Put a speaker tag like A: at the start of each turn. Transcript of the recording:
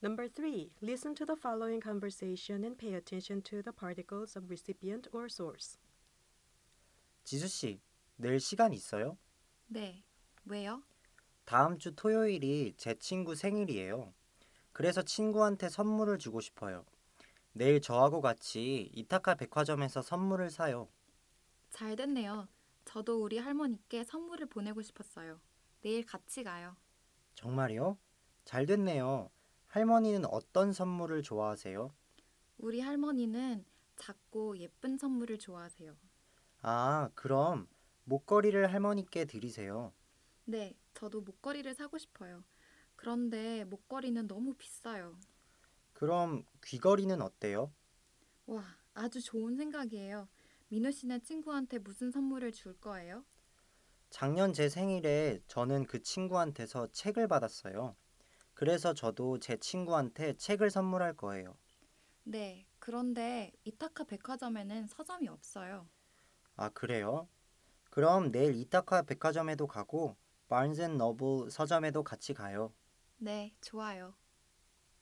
A: Number three, listen to the following conversation and pay attention to the particles of recipient or source.
B: 지수 씨, 내일 시간 있어요?
C: 네. 왜요?
B: 다음 주 토요일이 제 친구 생일이에요. 그래서 친구한테 선물을 주고 싶어요. 내일 저하고 같이 이타카 백화점에서 선물을 사요.
C: 잘 됐네요. 저도 우리 할머니께 선물을 보내고 싶었어요. 내일 같이 가요.
B: 정말요? 잘 됐네요. 할머니는 어떤 선물을 좋아하세요?
C: 우리 할머니는 작고 예쁜 선물을 좋아하세요.
B: 아, 그럼 목걸이를 할머니께 드리세요.
C: 네, 저도 목걸이를 사고 싶어요. 그런데 목걸이는 너무 비싸요.
B: 그럼 귀걸이는 어때요?
C: 와, 아주 좋은 생각이에요. 민호 씨는 친구한테 무슨 선물을 줄 거예요?
B: 작년 제 생일에 저는 그 친구한테서 책을 받았어요. 그래서 저도 제 친구한테 책을 선물할 거예요.
C: 네, 그런데 이타카 백화점에는 서점이 없어요.
B: 아, 그래요? 그럼 내일 이타카 백화점에도 가고 바른앤 너블 서점에도 같이 가요.
C: 네, 좋아요.